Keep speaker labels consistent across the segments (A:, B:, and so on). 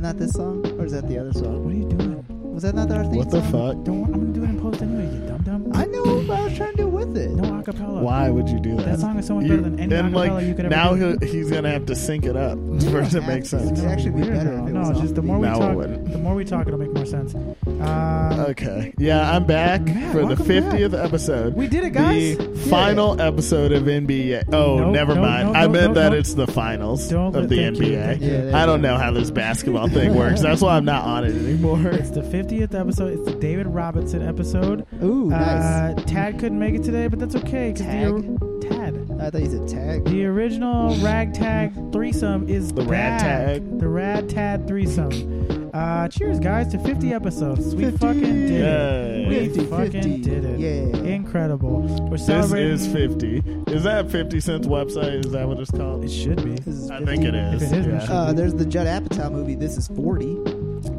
A: that this song, or is that the other song?
B: What are you doing?
A: Was that not our theme
C: What the
A: song?
C: fuck?
B: Don't. I'm gonna do it in post anyway. You dumb dumb.
A: I know, but I was trying to do with it.
B: No acapella.
C: Why would you do that?
B: That song is so much
C: You-
B: better than any
C: then,
B: acapella
C: like,
B: you could ever
C: Now
B: do.
C: he'll- he's gonna have to sync it up for it to make sense.
A: It'd actually be
B: Weird
A: better
B: now.
A: if it
B: no,
A: was
B: it's just
A: off
B: the more we
A: beat.
C: No, it
B: talk,
C: wouldn't.
B: the more we talk, it'll make more sense. Um,
C: Okay. Yeah, I'm back
B: Matt,
C: for the
B: welcome back.
C: 50th episode.
B: We did it, guys.
C: The
B: Yeah.
C: final episode of NBA. Oh,
B: No,
C: never
B: no,
C: mind.
B: no,
C: I
B: no,
C: meant
B: no,
C: that
B: no.
C: it's the finals
B: Don't-
C: of the
B: thank you,
C: NBA.
B: thank you.
A: Yeah, there
C: I don't
A: you go.
C: know how this basketball thing works. That's why I'm not on it anymore.
B: It's the 50th episode. It's the David Robinson episode.
A: Ooh, nice.
B: Uh, Tad couldn't make it today, but that's okay. 'cause
A: Tag?
B: The, Tad.
A: I thought you said tag.
B: The original ragtag threesome is
C: The
B: back.
C: ragtag.
B: The rad tad threesome. Uh, cheers, guys, to 50 episodes. We
A: 50.
B: fucking did
C: Yay.
B: it. We
A: 50,
B: fucking
A: 50.
B: did it.
A: Yeah.
B: Incredible. We're
C: This
B: celebrating.
C: is 50. Is that 50 Cent's website? Is that what it's
B: it
C: called?
B: should be
A: This is
C: I think it
B: If
C: is.
B: it is, we
C: yeah.
B: should-
A: Uh, there's the Judd Apatow movie. This is 40.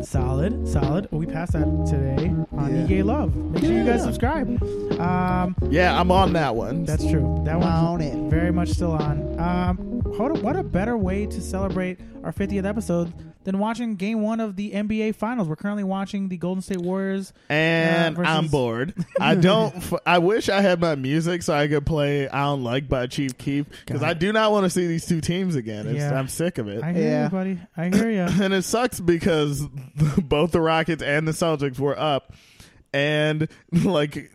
B: solid, solid. We passed that today on
A: Yeah.
B: E Gay Love. Make sure you guys
A: Yeah.
B: subscribe. Um,
C: Yeah, I'm on that one.
B: That's true. That
A: On
B: one's
A: it.
B: very much still on. Um, hold up, what a better way to celebrate our 50th episode than watching Game One of the NBA Finals. We're currently watching the Golden State Warriors.
C: and
B: Uh, versus-
C: I'm bored. I don't. F- I wish I had my music so I could play "I Don't Like" by Chief Keef because
B: God.
C: I do not want to see these two teams again. It's,
B: Yeah.
C: I'm sick of it.
B: I hear
A: Yeah.
B: you, buddy. I hear you.
C: and it sucks because both the Rockets and the Celtics were up, and like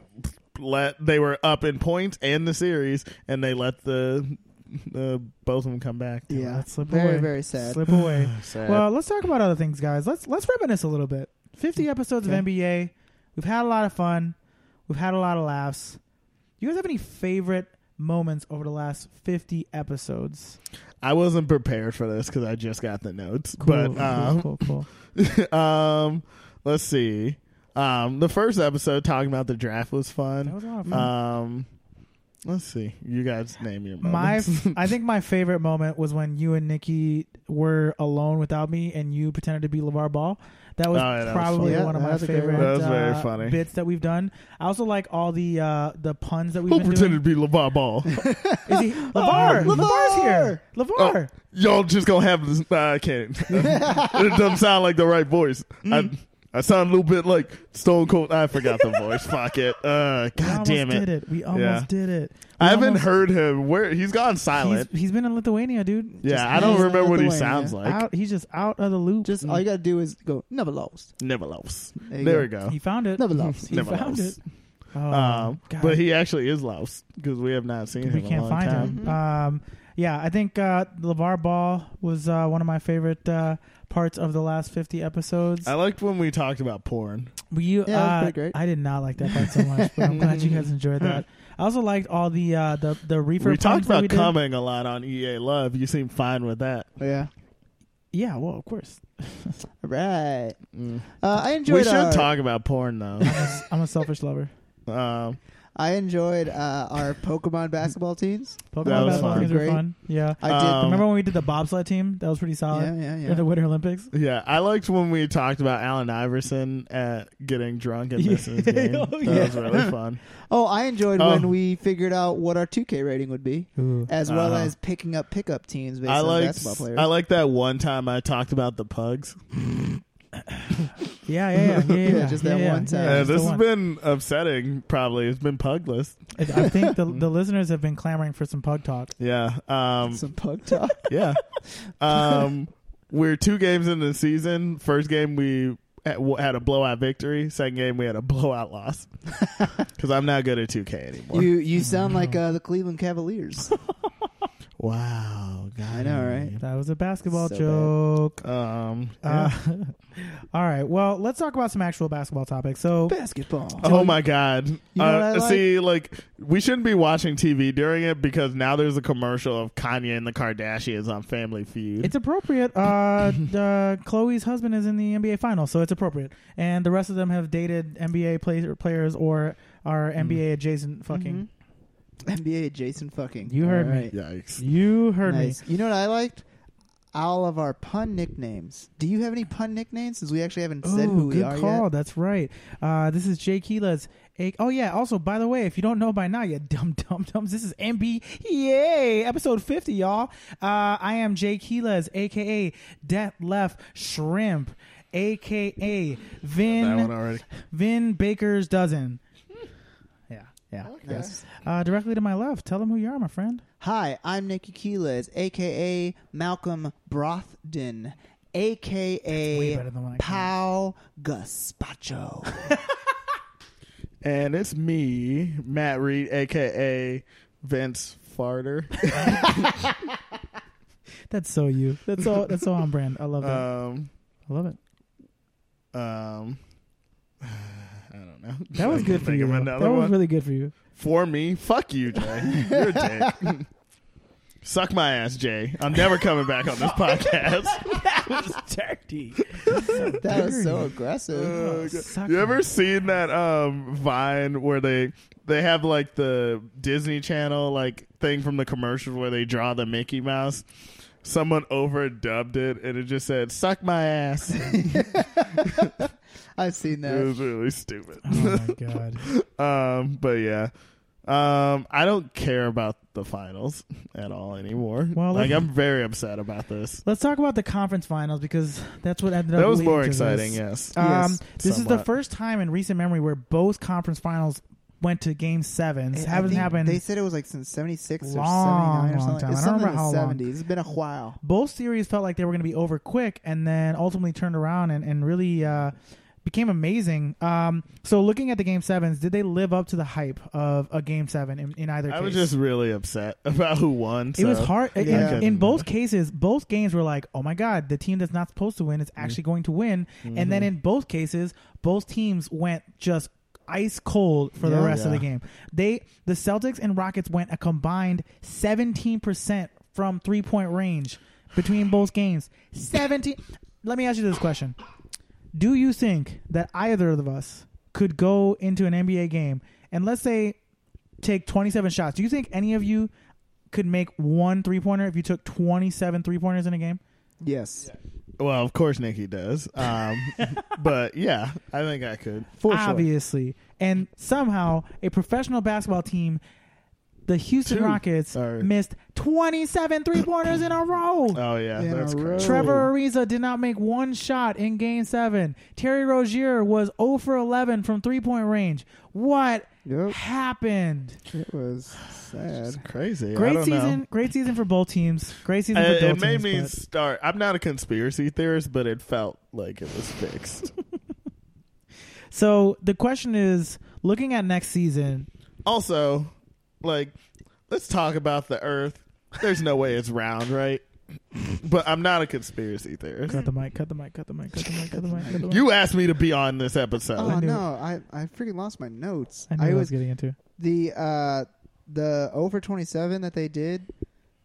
C: let they were up in points and the series, and they let the, the both of them come back.
A: Yeah.
B: Let's slip
A: very,
B: away.
A: very sad.
B: Slip away.
C: Sad.
B: well, let's talk about other things, guys. Let's let's reminisce a little bit. 50 episodes
A: Okay.
B: of NBA. We've had a lot of fun. We've had a lot of laughs. You guys have any favorite moments over the last 50 episodes?
C: I wasn't prepared for this because I just got the notes,
B: Cool,
C: but um,
B: cool, cool, cool.
C: um, let's see. Um, the first episode talking about the draft was
B: That
C: fun.
B: was a lot of fun.
C: Um, let's see. You guys name your
B: my
C: moments.
B: I think my favorite moment was when you and Nikki were alone without me and you pretended to be LeVar Ball. That was
C: Oh, yeah, that was
B: probably
A: funny.
B: one of
A: Yeah, that
B: my
A: was a great
B: favorite
A: one.
C: That was very
B: uh,
C: funny.
B: bits that we've done. I also like all the uh, the puns that we've
C: Who
B: been
C: pretended to be LeVar Ball?
B: doing. Is he LeVar?
A: Oh,
B: LeVar's here. LeVar.
C: Y'all just gonna have this. Nah, I can't. it doesn't sound like the right voice.
B: Mm.
C: I, I sound a little bit like Stone Cold. I forgot the voice. Fuck it. Uh,
B: we
C: God
B: almost
C: damn
B: did
C: it.
B: it. We almost
C: Yeah.
B: did it. We
C: I haven't
B: almost-
C: heard him. Where he's gone
B: He's,
C: silent.
B: he's been in Lithuania, dude.
C: yeah,
B: Just
C: I don't
A: he's
C: remember what he
A: Lithuania.
C: sounds like.
B: out. He's just out of the loop.
A: Just all you gotta do is go. Never lost.
C: Never lost.
A: There you
C: there
A: go.
C: we go.
B: he found it.
A: Never lost.
B: He
C: Never
B: found
C: lost.
B: it. Oh,
C: Um,
B: God.
C: but he actually is lost because we have not seen him.
B: we
C: in a
B: can't
C: long
B: find
C: time.
B: him. Um, yeah, I think uh, LeVar Ball was uh, one of my favorite uh, parts of the last 50 episodes.
C: I liked when we talked about porn.
B: Were you,
A: Yeah, that was
B: uh,
A: pretty great.
B: I did not like that part so much, but I'm glad you guys enjoyed that. I also liked all the uh, the the reefer.
C: we
B: puns
C: talked
B: that
C: about
B: we did.
C: coming a lot on EA Love. You seem fine with that.
A: Yeah.
B: Yeah, well, of course.
A: All right.
C: Mm.
A: Uh, I enjoyed.
C: We should
A: our,
C: talk about porn though.
B: I'm a selfish lover.
C: um,
A: I enjoyed uh, our Pokemon basketball teams.
B: Pokemon
C: That was
B: basketball
C: fun.
B: games were
A: Great.
B: fun. Yeah,
A: I
C: Um,
B: remember when we did the bobsled team? That was pretty
A: did.
B: solid.
A: yeah, yeah,
B: For the
A: yeah.
B: Winter Olympics.
C: yeah, I liked when we talked about Allen Iverson at getting drunk and
B: Yeah.
C: missing his game.
B: Oh,
C: That
B: yeah.
C: was really fun.
A: Oh, I enjoyed
C: Oh.
A: when we figured out what our 2K rating would be, as well
C: Uh-huh.
A: as picking up pickup teams based
C: I
A: on
C: liked.
A: basketball players.
C: I liked that one time I talked about the pugs.
B: Yeah, yeah, yeah, yeah, yeah,
A: Yeah, just that
B: yeah, yeah,
A: one time.
B: yeah,
C: Uh,
B: just the
C: this has
B: one.
C: been upsetting. Probably it's been pugless.
B: I I think the the listeners have been clamoring for some pug talk.
C: Yeah. Um,
A: Some pug talk.
C: yeah. Um, we're two games in the season. First game we had had a blowout victory. Second game we had a blowout loss. Because I'm not good at 2K anymore.
A: you
B: Oh,
A: you sound like uh, the Cleveland Cavaliers.
C: wow.
A: I know, right?
B: That was a basketball
A: So bad.
B: joke.
C: Um,
B: Uh,
C: yeah.
B: all right. Well, let's talk about some actual basketball topics. So,
A: Basketball.
C: oh my god!
A: know what I
C: uh,
A: like?
C: See, like we shouldn't be watching TV during it because now there's a commercial of Kanye and the Kardashians on Family Feud.
B: it's appropriate. Uh, the, Chloe's husband is in the NBA finals, so it's appropriate. And the rest of them have dated NBA player, players or are NBA adjacent. Fucking,
A: Mhm. NBA Jason fucking.
B: You heard me.
A: All right.
C: Yikes!
B: you heard me.
A: Nice. You know what I liked? all of our pun nicknames. Do you have any pun nicknames? Since we actually haven't said who we
B: good
A: are
B: call.
A: yet.
B: That's right. Uh, this is Jake Gila's. A- oh yeah. Also, by the way, if you don't know by now, you dumb dumb dumbs, this is MB Yay episode fifty, y'all. Uh, I am Jake Gila's, aka Death Left Shrimp, aka
C: that one
B: Vin
C: already.
B: Vin Baker's dozen.
A: Hmm.
B: Yeah, yeah.
A: Yes.
B: Uh, directly to my left. Tell them who you are, my friend.
A: Hi, I'm Nick Aquiles, aka Malcolm Brothdon,
B: way
A: aka
B: better than what I can.
A: Pau Gaspacho.
C: And it's me, Matt Reed, aka Vince Farter.
B: That's so you. That's so that's so on brand. I love that.
C: um,
B: I love it.
C: um, I don't know.
B: That was
C: I can
B: good for
C: think
B: you.
C: of
B: though.
C: another
B: That was
C: one.
B: really good for you.
C: for me. Fuck you, Jay. You're a dick. Suck my ass, Jay. I'm never coming back on this podcast.
B: dirty.
A: that was so aggressive.
B: Oh, suck
C: you
B: my-
C: ever seen that um Vine where they they have like the Disney Channel like thing from the commercials where they draw the Mickey Mouse? Someone overdubbed it and it just said "suck my ass."
A: I've seen
C: It
A: that.
C: was really stupid.
B: Oh my god.
C: um, but yeah. Um, I don't care about the finals at all anymore.
B: Well,
C: like
B: let's-
C: I'm very upset about this.
B: Let's talk about the conference finals because that's what ended up.
C: That was
B: leading
C: more
B: to this.
C: exciting, yes.
B: Um,
A: Yes,
B: this is the
C: somewhat.
B: first time in recent memory where both conference finals went to game sevens.
A: I
B: Haven't
A: think
B: happened.
A: They said it was like since '76 or
B: Long, long
A: '79 or something.
B: time.
A: It's
B: I don't
A: something
B: remember
A: in
B: how
A: the
B: long.
A: '70s. It's been a while.
B: both series felt like they were going to be over quick and then ultimately turned around and, and really uh, became amazing. Um, so, looking at the game sevens, did they live up to the hype of a game seven in, in either
C: I
B: case?
C: was just really upset about who won.
B: It was
C: so
B: hard. in-
A: Yeah.
B: In,
C: couldn't-
B: both cases, both games were like, oh my God, the team that's not supposed to win is actually going to win. And then in both cases, both teams went just ice cold for the
A: Yeah.
B: rest of the
C: Yeah.
B: game. They the Celtics and Rockets went a combined 17% from three-point range between both games. 17 Let me ask you this question. Do you think that either of us could go into an NBA game and let's say take 27 shots? Do you think any of you could make one three pointer if you took 27 three pointers in a game?
A: Yes,
C: Well, of course Nikki does. Um, but yeah, I think I could.
A: for sure.
B: Obviously. And somehow a professional basketball team, the Houston
C: Two.
B: Rockets,
C: Or-
B: missed 27 three pointers in a row.
C: Oh yeah,
A: In a
C: that's
A: row.
C: crazy.
B: Trevor Ariza did not make one shot in game seven. Terry Rozier was 0 for 11 from three point range. What
A: Yep,
B: happened?
A: it was
C: It's
A: sad.
C: crazy. I
B: Great
C: don't
B: season,
C: Know. Uh,
B: great season for both teams. Great season for
C: It,
B: both
C: it made
B: teams.
C: me
B: but-
C: start. I'm not a conspiracy theorist, but it felt like it was fixed.
B: So the question is, looking at next season,
C: also, like, let's talk about the Earth. There's no way it's round, right? But I'm not a conspiracy theorist.
B: Cut the mic. Cut the mic. Cut the mic. Cut the mic. Cut the mic. Cut the mic.
C: You asked me to be on this episode.
A: Oh
B: knew
A: no, I I freaking lost my notes.
B: I knew I was getting into.
A: the uh the over 27 that they did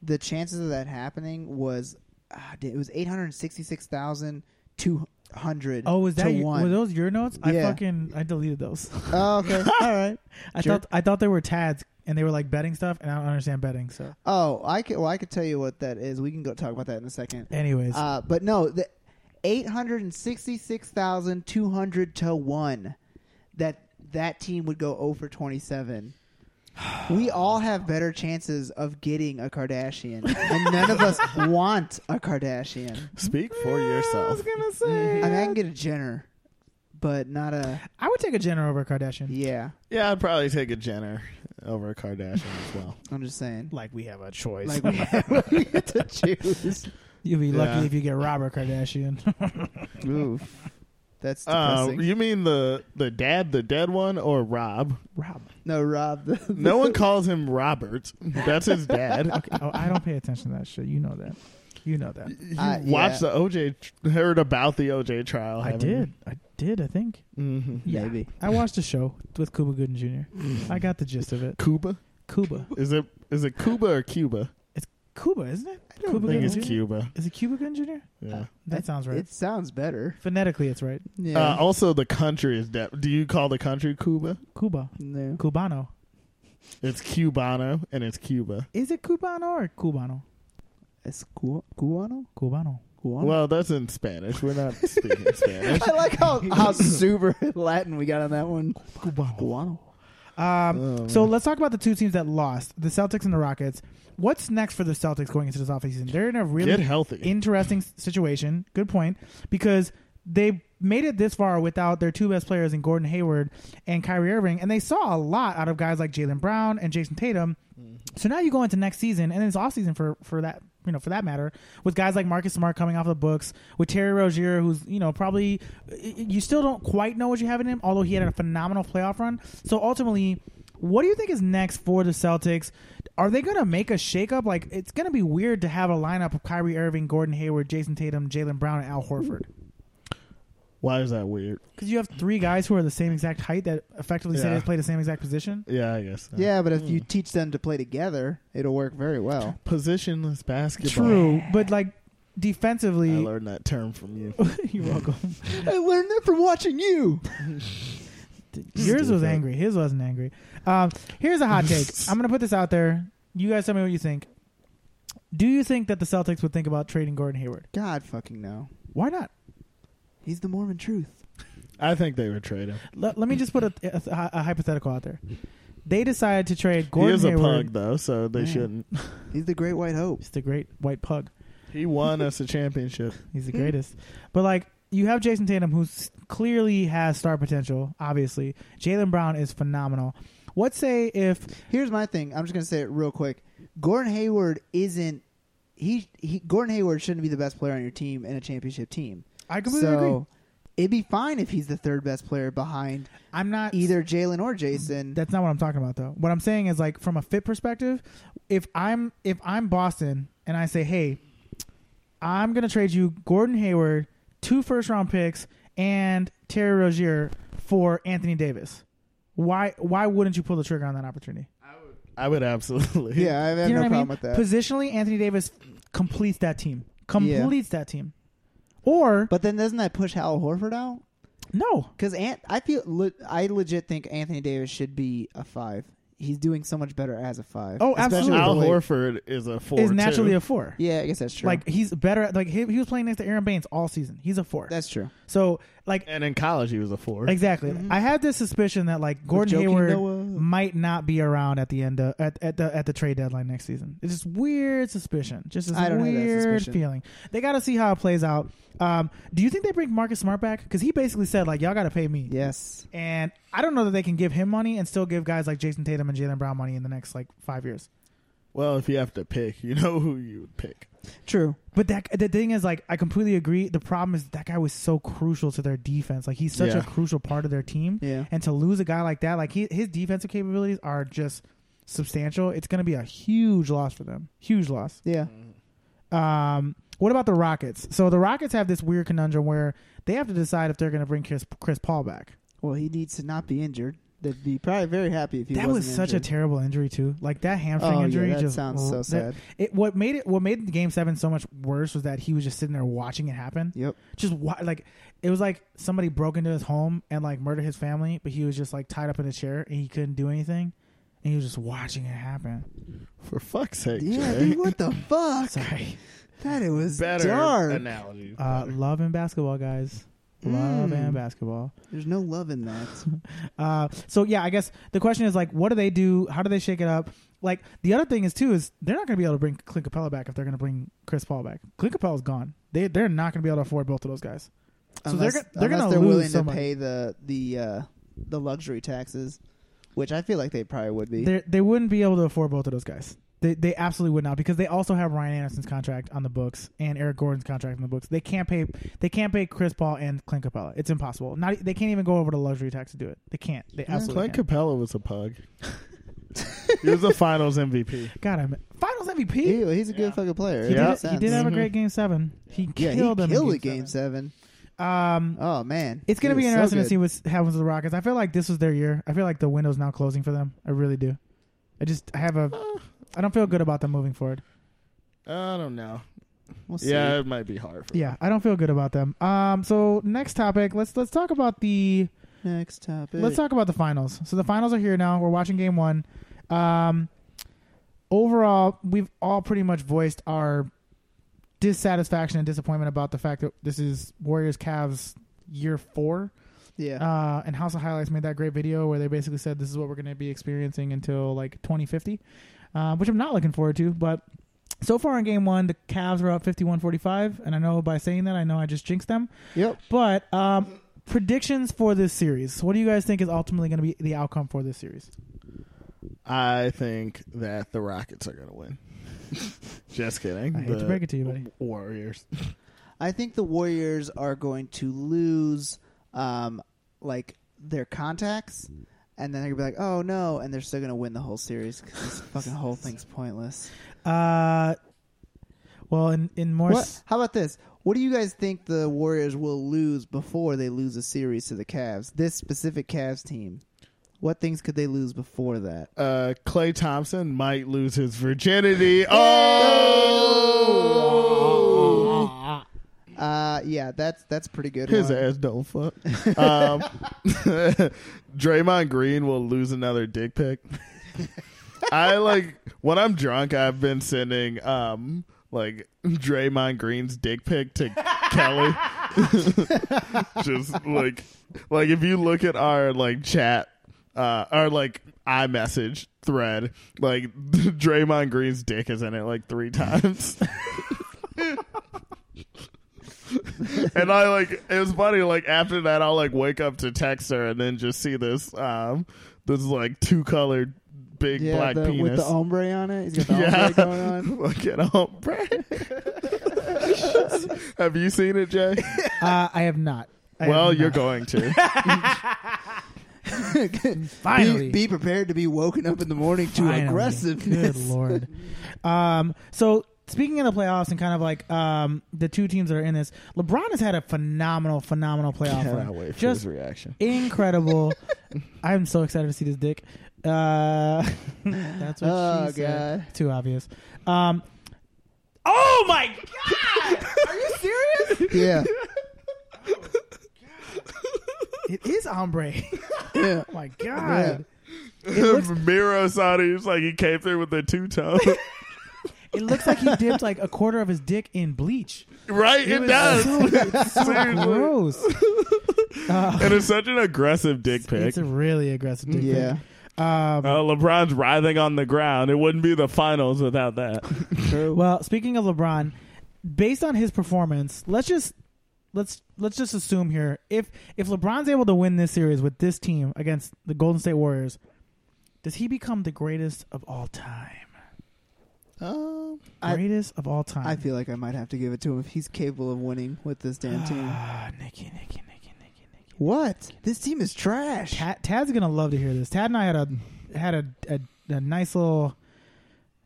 A: the chances of that happening was uh, it was 866,200
B: Oh, was
A: to
B: that your,
A: one.
B: were those your notes? I
A: Yeah.
B: fucking I deleted those.
A: oh, okay. All right.
B: I
A: Jerk.
B: thought I thought they were tads and they were like betting stuff, and I don't understand betting. So,
A: Oh, I could well I could tell you what that is. We can go talk about that in a second.
B: anyways,
A: Uh but no, the 866,200 to 1 that that team would go over 27. We all have better chances of getting a Kardashian, and none of us want a Kardashian.
C: Speak for
B: I was
C: yourself.
B: gonna say
A: I mean, I can get a Jenner, but not a
B: I would take a Jenner over a Kardashian.
A: yeah.
C: Yeah, I'd probably take a Jenner over a Kardashian as well.
A: I'm just saying.
B: Like we have a choice.
A: Like we have, we get to choose.
B: You'll be lucky
C: Yeah.
B: if you get Robert Kardashian.
A: Oof, that's
C: Uh,
A: depressing.
C: you mean the the dad, the dead one, or Rob?
B: Rob.
A: no, Rob. The,
C: No one calls him Robert. That's his dad.
B: Oh, I don't pay attention to that shit. You know that. You know that.
C: You
A: Uh,
C: watched the OJ, tr- heard about the OJ trial.
B: I did. I did. I think.
C: hmm
B: Yeah.
A: Maybe.
B: I watched a show with Cuba Gooden Jr. I got the gist of it.
C: Cuba?
B: Cuba.
C: Is it is it Cuba or Cuba?
B: Cuba, isn't it?
A: don't
B: Cuba
C: I think
B: Gooding
C: it's
B: Jr.?
C: Cuba.
B: Is it Cuba Gooding Jr.?
C: Yeah.
B: That sounds right.
A: It sounds better.
B: Phonetically, it's right.
A: Yeah.
C: Uh, also, the country is dead. Do you call the country Cuba?
B: Cuba.
A: no.
B: Cubano.
C: It's Cubano and it's Cuba.
B: Is it Cubano or Cubano?
A: Escu- Cubano?
B: Cubano.
A: Cubano?
C: Well, that's in Spanish. We're not speaking Spanish.
A: I like how, how super Latin we got on that one. Cubano.
B: Um,
C: Oh,
B: so let's talk about the two teams that lost, the Celtics and the Rockets. What's next for the Celtics going into this offseason? They're in a
C: Get
B: really
C: healthy.
B: interesting s- situation. Good point. Because they made it this far without their two best players in Gordon Hayward and Kyrie Irving, and they saw a lot out of guys like Jalen Brown and Jason Tatum. So now you go into next season, and it's off season for for that you know for that matter, with guys like Marcus Smart coming off the books, with Terry Rozier, who's you know probably you still don't quite know what you have in him, although he had a phenomenal playoff run. So ultimately. What do you think is next for the Celtics? Are they going to make a shakeup? Like, it's going to be weird to have a lineup of Kyrie Irving, Gordon Hayward, Jason Tatum, Jalen Brown, and Al Horford.
C: Why is that weird?
B: Because you have three guys who are the same exact height that effectively say
C: Yeah.
B: they play the same exact position.
C: Yeah, I guess. so. Hmm.
A: Yeah, but if you teach them to play together, it'll work very well.
C: Positionless basketball.
B: True, but like
C: I
B: defensively,
C: learned that term from you.
B: you're welcome.
A: I learned that from watching you.
B: Yours was angry. His wasn't angry. Um, here's a hot take. I'm gonna put this out there. You guys tell me what you think. Do you think that the Celtics would think about trading Gordon Hayward?
A: God fucking no.
B: Why not?
A: He's the Mormon truth.
C: I think they would trade him.
B: Let, let me just put a, a, a hypothetical out there. They decided to trade
C: he
B: Gordon
C: is a
B: Hayward.
C: pug, though, so they
A: Yeah.
C: shouldn't.
A: He's the great white hope.
B: He's the great white pug.
C: He won us a championship.
B: He's the greatest. but like you have Jason Tatum, who s- clearly has star potential. Obviously, Jalen Brown is phenomenal. What say if
A: Here's my thing. I'm just gonna say it real quick. Gordon Hayward isn't. He, he Gordon Hayward shouldn't be the best player on your team in a championship team.
B: I completely agree?
A: So it'd be fine if he's the third best player behind
B: I'm not
A: either Jalen or Jason.
B: That's not what I'm talking about though. What I'm saying is like from a fit perspective, if I'm if I'm Boston and I say, "Hey, I'm going to trade you Gordon Hayward, two first round picks and Terry Rozier for Anthony Davis." Why why wouldn't you pull the trigger on that opportunity?
C: I would absolutely.
A: yeah, I have
B: you know what
A: no problem
B: I mean?
A: with that.
B: Positionally, Anthony Davis completes that team. Completes that team. Or
A: but then doesn't that push Hal Horford out?
B: no.
A: Because Ant, I feel le- I legit think Anthony Davis should be a five. He's doing so much better as a five.
B: Oh,
A: Especially
B: absolutely.
A: with
C: Al
A: the way-
C: Horford is a four.
B: is naturally
C: too.
B: a 4.
A: Yeah, I guess that's true.
B: Like he's better at like he, he was playing next to Aaron Baines all season. He's a 4.
A: that's true.
B: so like
C: and in college he was a four.
B: Exactly.
A: Mm-hmm.
B: I had this suspicion that like Gordon
A: Joakim
B: Hayward
A: Noah.
B: might not be around at the end of, at, at the at the trade deadline next season. It's just weird suspicion. Just this
A: I don't have that
B: weird
A: suspicion.
B: feeling. They got to see how it plays out. Um, do you think they bring Marcus Smart back? Because he basically said like y'all got to pay me.
A: Yes.
B: And I don't know that they can give him money and still give guys like Jason Tatum and Jalen Brown money in the next like five years.
C: Well, if you have to pick, you know who you would pick.
A: True.
B: But that the thing is, like, I completely agree. The problem is that guy was so crucial to their defense. Like, he's such
C: Yeah.
B: a crucial part of their team.
A: Yeah.
B: And to lose a guy like that, like he, his defensive capabilities are just substantial. It's going to be a huge loss for them. Huge loss.
A: Yeah.
B: Um, what about the Rockets? So the Rockets have this weird conundrum where they have to decide if they're going to bring Chris, Chris Paul back.
A: Well, he needs to not be injured. They'd be probably very happy if he
B: that was
A: wasn't
B: such
A: injured.
B: a terrible injury too. Like that hamstring
A: Oh, yeah,
B: injury
A: that
B: just
A: sounds so
B: that-
A: sad.
B: It what made it what made game seven so much worse was that he was just sitting there watching it happen.
A: Yep.
B: just wa- like it was like somebody broke into his home and like murdered his family, but he was just like tied up in a chair and he couldn't do anything, and he was just watching it happen.
C: For fuck's sake,
A: Yeah,
C: Jay.
A: dude, what the fuck?
B: Sorry,
A: That it was
C: better
A: dark.
C: analogy.
B: uh, love and basketball, guys. Love
A: Mm.
B: and basketball.
A: There's no love in that.
B: Uh, so yeah, I guess the question is like, what do they do? How do they shake it up? Like the other thing is too is they're not going to be able to bring Clint Capella back if they're going to bring Chris Paul back. Clint Capella's gone. They they're not going to be able to afford both of those guys. So they're
A: unless
B: gonna- they're
A: unless
B: gonna
A: they're
B: lose
A: willing to
B: somebody.
A: pay the the uh, the luxury taxes, which I feel like they probably would be.
B: They they wouldn't be able to afford both of those guys. They they absolutely would not because they also have Ryan Anderson's contract on the books and Eric Gordon's contract on the books. They can't pay they can't pay Chris Paul and Clint Capella. It's impossible. Not e, they can't even go over the luxury tax to do it. They can't. They absolutely
C: Clint
B: can't.
C: Capella was a pug. he was the Finals MVP.
B: God, I'm Finals MVP.
A: He- he's a good
C: Yeah.
A: fucking player.
B: He,
A: It
C: Yeah.
A: makes
B: did, he
A: sense.
B: did have a
C: Mhm.
B: great game seven. He
A: yeah, he
B: killed them. in
A: killed
B: game
A: it game seven.
B: Um,
A: Oh man,
B: it's
A: He
B: gonna be
A: was so
B: interesting
A: good.
B: to see what happens with the Rockets. I feel like this was their year. I feel like the window's now closing for them. I really do. I just I have a
A: Uh.
B: I don't feel good about them moving forward.
C: I don't know.
A: We'll see.
C: Yeah, it might be hard. For
B: Yeah, I don't feel good about them. Um, so next topic, let's let's talk about the
A: Next topic.
B: let's talk about the finals. So the finals are here now. We're watching game one. Um, overall, we've all pretty much voiced our dissatisfaction and disappointment about the fact that this is Warriors Cavs year four.
A: Yeah.
B: Uh, and House of Highlights made that great video where they basically said this is what we're going to be experiencing until like 2050, uh, which I'm not looking forward to. But so far in game one, the Cavs are up 51 45. And I know by saying that, I know I just jinxed them.
A: yep.
B: But um, predictions for this series. What do you guys think is ultimately going to be the outcome for this series?
C: I think that the Rockets are going to win. Just kidding.
B: I hate to
C: The
B: break it to you, buddy.
C: Warriors.
A: I think the Warriors are going to lose, um, like their contacts, and then they're gonna be like, "Oh no!" and they're still gonna win the whole series 'cause this fucking whole thing's pointless.
B: Uh, well, in, in more.
A: What? How about this? What do you guys think the Warriors will lose before they lose a series to the Cavs? This specific Cavs team. What things could they lose before that?
C: Uh, Clay Thompson might lose his virginity. Oh!
A: Uh, yeah, that's that's pretty good.
C: His
A: one.
C: ass don't fuck. Um, Draymond Green will lose another dick pic. I like when I'm drunk. I've been sending um like Draymond Green's dick pic to Kelly. Just like like if you look at our like chat uh our like iMessage thread, like Draymond Green's dick is in it like three times. and I like it was funny. Like after that, I'll like wake up to text her and then just see this um this like two colored big
A: yeah,
C: black
A: the-
C: penis.
A: with the ombre on it. He's got the
C: Yeah.
A: ombre going on.
C: Look at home, Have you seen it, Jay?
B: Uh, I have not. I
C: well,
B: have
C: you're
B: not.
C: going to.
B: Finally.
A: Be, be prepared to be woken up in the morning to
B: Finally. Good
A: aggressiveness.
B: lord. Um, so speaking of the playoffs and kind of like um, the two teams that are in this, LeBron has had a phenomenal, phenomenal playoff run. Just
C: reaction.
B: incredible. I'm so excited to see this dick. Uh, that's what
A: Oh,
B: she said.
A: God.
B: Too obvious. Um, oh my god! Are you serious?
A: Yeah.
B: It is ombre.
A: yeah.
B: Oh my god!
C: Miro saw it. He was like, he came through with a two tone.
B: It looks like he dipped like a quarter of his dick in bleach.
C: right? It,
B: was
C: does.
B: so-
C: Seriously.
B: Gross. Uh,
C: And it's such an aggressive dick pic.
B: It's a really aggressive dick
A: Yeah.
B: pic. Um,
C: Uh, LeBron's writhing on the ground. It wouldn't be the finals without that.
A: True.
B: well, speaking of LeBron, based on his performance, let's just let's let's just assume here if if LeBron's able to win this series with this team against the Golden State Warriors, does he become the greatest of all time?
A: Um, I,
B: Greatest of all time.
A: I feel like I might have to give it to him if he's capable of winning with this damn team.
B: Ah, Nikki, Nikki, Nikki, Nikki, Nikki.
A: What? This team is trash.
B: Tad, Tad's gonna love to hear this. Tad and I had a had a, a, a nice little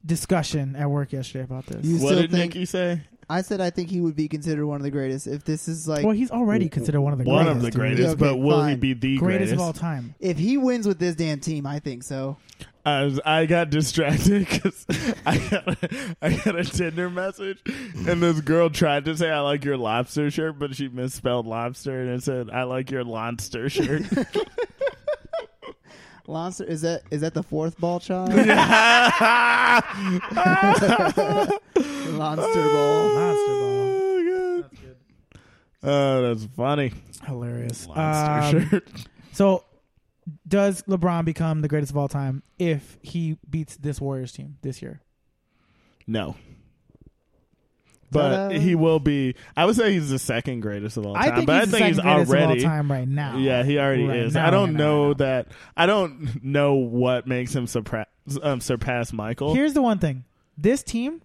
B: discussion at work yesterday about this.
A: You
C: what
A: still
C: did
A: think-
C: Nikki say?
A: I said I think he would be considered one of the greatest if this is like
B: well, he's already considered one of the
C: One
B: greatest,
C: of the
B: dude.
C: greatest,
A: Okay,
C: but will he
A: fine.
C: be the
B: greatest
C: greatest?
B: of all time.
A: if he wins with this damn team, I think so.
C: I, was, I got distracted because I got, a, I got a Tinder message, and this girl tried to say, I like your lobster shirt, but she misspelled lobster and it said, I like your lobster shirt.
A: Lonster is that is that the fourth ball child? Lonster ball.
B: Monster ball.
C: Oh, God. Oh, that's funny.
B: Hilarious.
C: Lobster
B: Um,
C: shirt.
B: So, does LeBron become the greatest of all time if he beats this Warriors team this year?
C: No. But
A: Ta-da.
C: he will be. I would say he's the second greatest of all time.
B: I think
C: but
B: he's
C: I
B: the second
C: think he's
B: greatest
C: already.
B: of all time right now.
C: Yeah, he already
B: Right
C: is.
B: now,
C: I don't
B: right now,
C: know
B: right now.
C: that. I don't know what makes him surpass um, surpass Michael.
B: Here's the one thing: this team,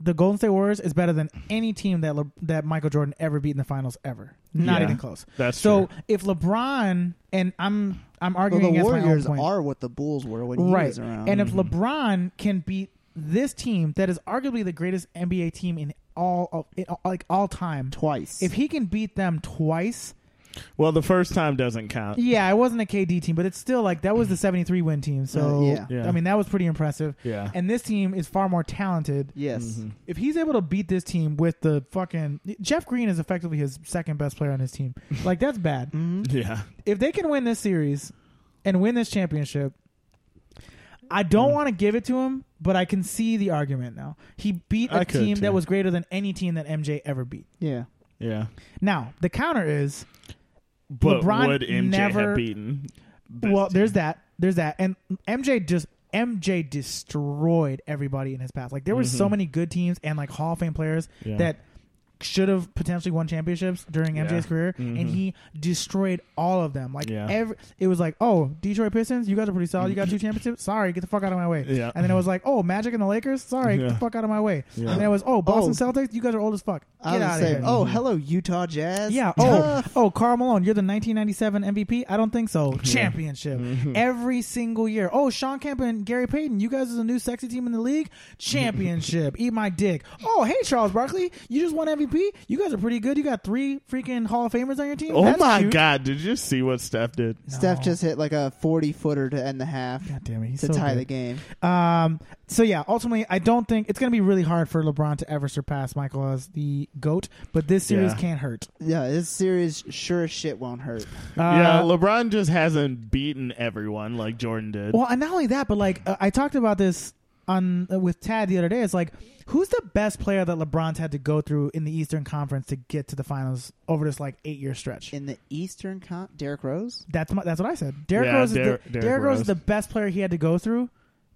B: the Golden State Warriors, is better than any team that Le- that Michael Jordan ever beat in the finals ever. Not
C: Yeah.
B: even close.
C: That's
B: So
C: true.
B: if LeBron and I'm I'm
A: Well,
B: arguing
A: the
B: against
A: Warriors
B: my own point.
A: are what the Bulls were when he
B: right.
A: was around.
B: And if LeBron can beat this team that is arguably the greatest NBA team in all of in, like all time,
A: twice.
B: if he can beat them twice,
C: Well, the first time doesn't count.
B: yeah, it wasn't a KD team, but it's still like that was the 73 win team. So
A: Uh, yeah.
C: Yeah.
B: I mean, that was pretty impressive.
C: Yeah. Mm-hmm.
B: And this team is far more talented.
A: yes.
B: If he's able to beat this team with the fucking Jeff Green is effectively his second best player on his team. Like that's bad.
A: Mm-hmm.
C: Yeah.
B: if they can win this series and win this championship, I
C: Mm.
B: don't want to give it to him, but I can see the argument now. He beat a
C: I could,
B: team that
C: too.
B: was greater than any team that MJ ever beat.
A: Yeah.
C: Yeah.
B: Now, the counter is
C: But
B: LeBron
C: would MJ
B: never-
C: have beaten? this
B: well,
C: team?
B: there's that. There's that. And MJ just MJ destroyed everybody in his path. Like there were
C: Mm-hmm.
B: so many good teams and like Hall of Fame players
C: Yeah.
B: that should have potentially won championships during
C: Yeah. Mm-hmm.
B: MJ's career and he destroyed all of them. Like
C: Yeah.
B: every it was like, "Oh, Detroit Pistons, you guys are pretty solid. You got two championships. Sorry, get the fuck out of my way."
C: Yeah.
B: And then it was like, "Oh, Magic and the Lakers? Sorry, get the
C: Yeah.
B: fuck out of my way."
C: Yeah.
B: And then it was, "Oh, Boston
A: Oh.
B: Celtics, you guys are old as fuck. Get
A: I was
B: out
A: gonna
B: of
A: say,
B: here." Mm-hmm.
A: oh, hello, Utah Jazz.
B: Yeah. Oh, oh, Carl Malone, you're the 1997 MVP. I don't think so. Championship
C: Mm-hmm.
B: every single year. Oh, Sean Kemp and Gary Payton, you guys are the new sexy team in the league. Championship. Eat my dick. Oh, hey Charles Barkley, you just won MVP. You guys are pretty good. You got three freaking Hall of Famers on your team.
C: Oh
B: That's
C: my
B: cute.
C: God! Did you see what Steph did?
A: Steph
B: No.
A: just hit like a 40 footer to end the half
B: God damn it, he's
A: to
B: so
A: tie
B: good.
A: the game.
B: Um, so yeah, ultimately, I don't think it's going to be really hard for LeBron to ever surpass Michael as the goat. But this series
C: Yeah.
B: can't hurt.
A: Yeah, this series sure as shit won't hurt.
C: yeah,
B: Uh,
C: LeBron just hasn't beaten everyone like Jordan did.
B: Well, and not only that, but like uh, I talked about this on uh, with Tad the other day. It's like who's the best player that LeBron's had to go through in the Eastern Conference to get to the finals over this like eight year stretch?
A: In the Eastern Con, Derrick Rose.
B: that's my, that's what I said. Derrick
C: Yeah,
B: Rose, is
C: Derrick-
B: the,
C: Derrick
B: Derrick Rose is
C: Rose.
B: the best player he had to go through,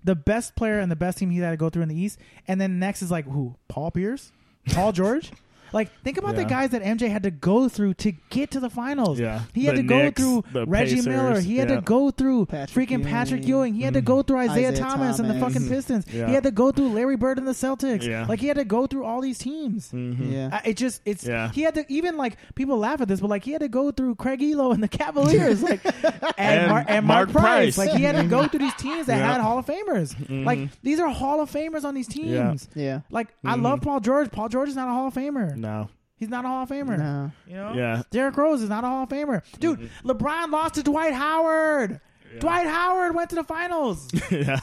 B: the best player and the best team he had to go through in the East. And then next is like who? Paul Pierce, Paul George. Like think about the
C: Yeah.
B: guys that MJ had to go through to get to the finals.
C: Yeah.
B: he had
C: The
B: to go
C: Knicks,
B: through
C: the
B: Reggie
C: Pacers,
B: Miller. He had
C: yeah. Mm-hmm.
B: to go through
A: Patrick
B: freaking Patrick
A: Ewing.
B: Ewing. He had to go through Isaiah,
A: Isaiah
B: Thomas, and the
A: Thomas.
B: fucking Pistons.
C: Yeah.
B: He had to go through Larry Bird and the Celtics.
C: Yeah. Mm.
B: Like he had to go through all these teams.
C: Mm-hmm.
A: Yeah.
B: Mm-hmm. I- it just it's
C: Yeah.
B: he had to even like people laugh at this, but like he had to go through Craig Elo and the Cavaliers, like and,
C: And
B: Mar- and Mark,
C: Mark
B: Price.
C: Price.
B: Like he had to go through these teams that
C: Yeah. Mm-hmm.
B: had Hall of Famers. Like these are Hall of Famers on these teams.
A: yeah.
B: Like I love Paul George. Paul George is not a Hall of Famer.
C: Mm-hmm. no.
B: He's not a Hall of Famer.
A: No.
B: You know?
C: Yeah.
B: Derrick Rose is not a Hall of Famer. Dude,
C: Mm-hmm.
B: LeBron lost to Dwight Howard. Dwight Howard went to the finals.
C: yeah.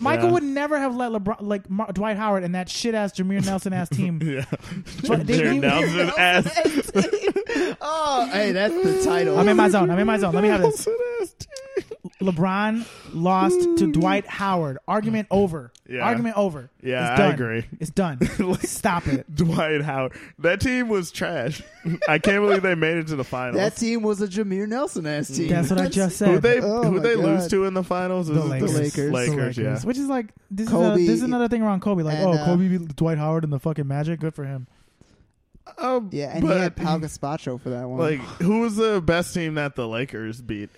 B: Michael
C: Yeah.
B: would never have let LeBron, like Mar- Dwight Howard and that shit ass Jameer Nelson ass team.
C: Yeah.
B: But they-
C: Jared Nelson's ass.
A: oh, hey, that's the title.
B: I'm in my zone. I'm in my zone. Let me have this.
C: Nelson's ass team.
B: LeBron lost to Dwight Howard. Argument over.
C: Yeah.
B: Argument over.
C: Yeah,
B: it's done.
C: I agree.
B: It's done. Stop it.
C: Dwight Howard. That team was trash. I can't believe they made it to the finals.
A: that team was a Jameer Nelson ass team.
B: That's what I just said.
C: who they
A: Oh
C: who
A: my
C: they
A: God.
C: lose to in the finals?
B: The
C: Is it
B: Lakers. The
A: Lakers.
C: Lakers,
B: The Lakers.
C: yeah.
B: Which is like this is
A: Kobe-
B: a, this is another thing around Kobe. Like
A: and,
B: oh,
A: uh,
B: Kobe beat Dwight Howard and the fucking Magic. Good for him.
C: Um,
A: Yeah, and
C: but,
A: he had Pau Gaspacho for that one.
C: Like, who was the best team that the Lakers beat?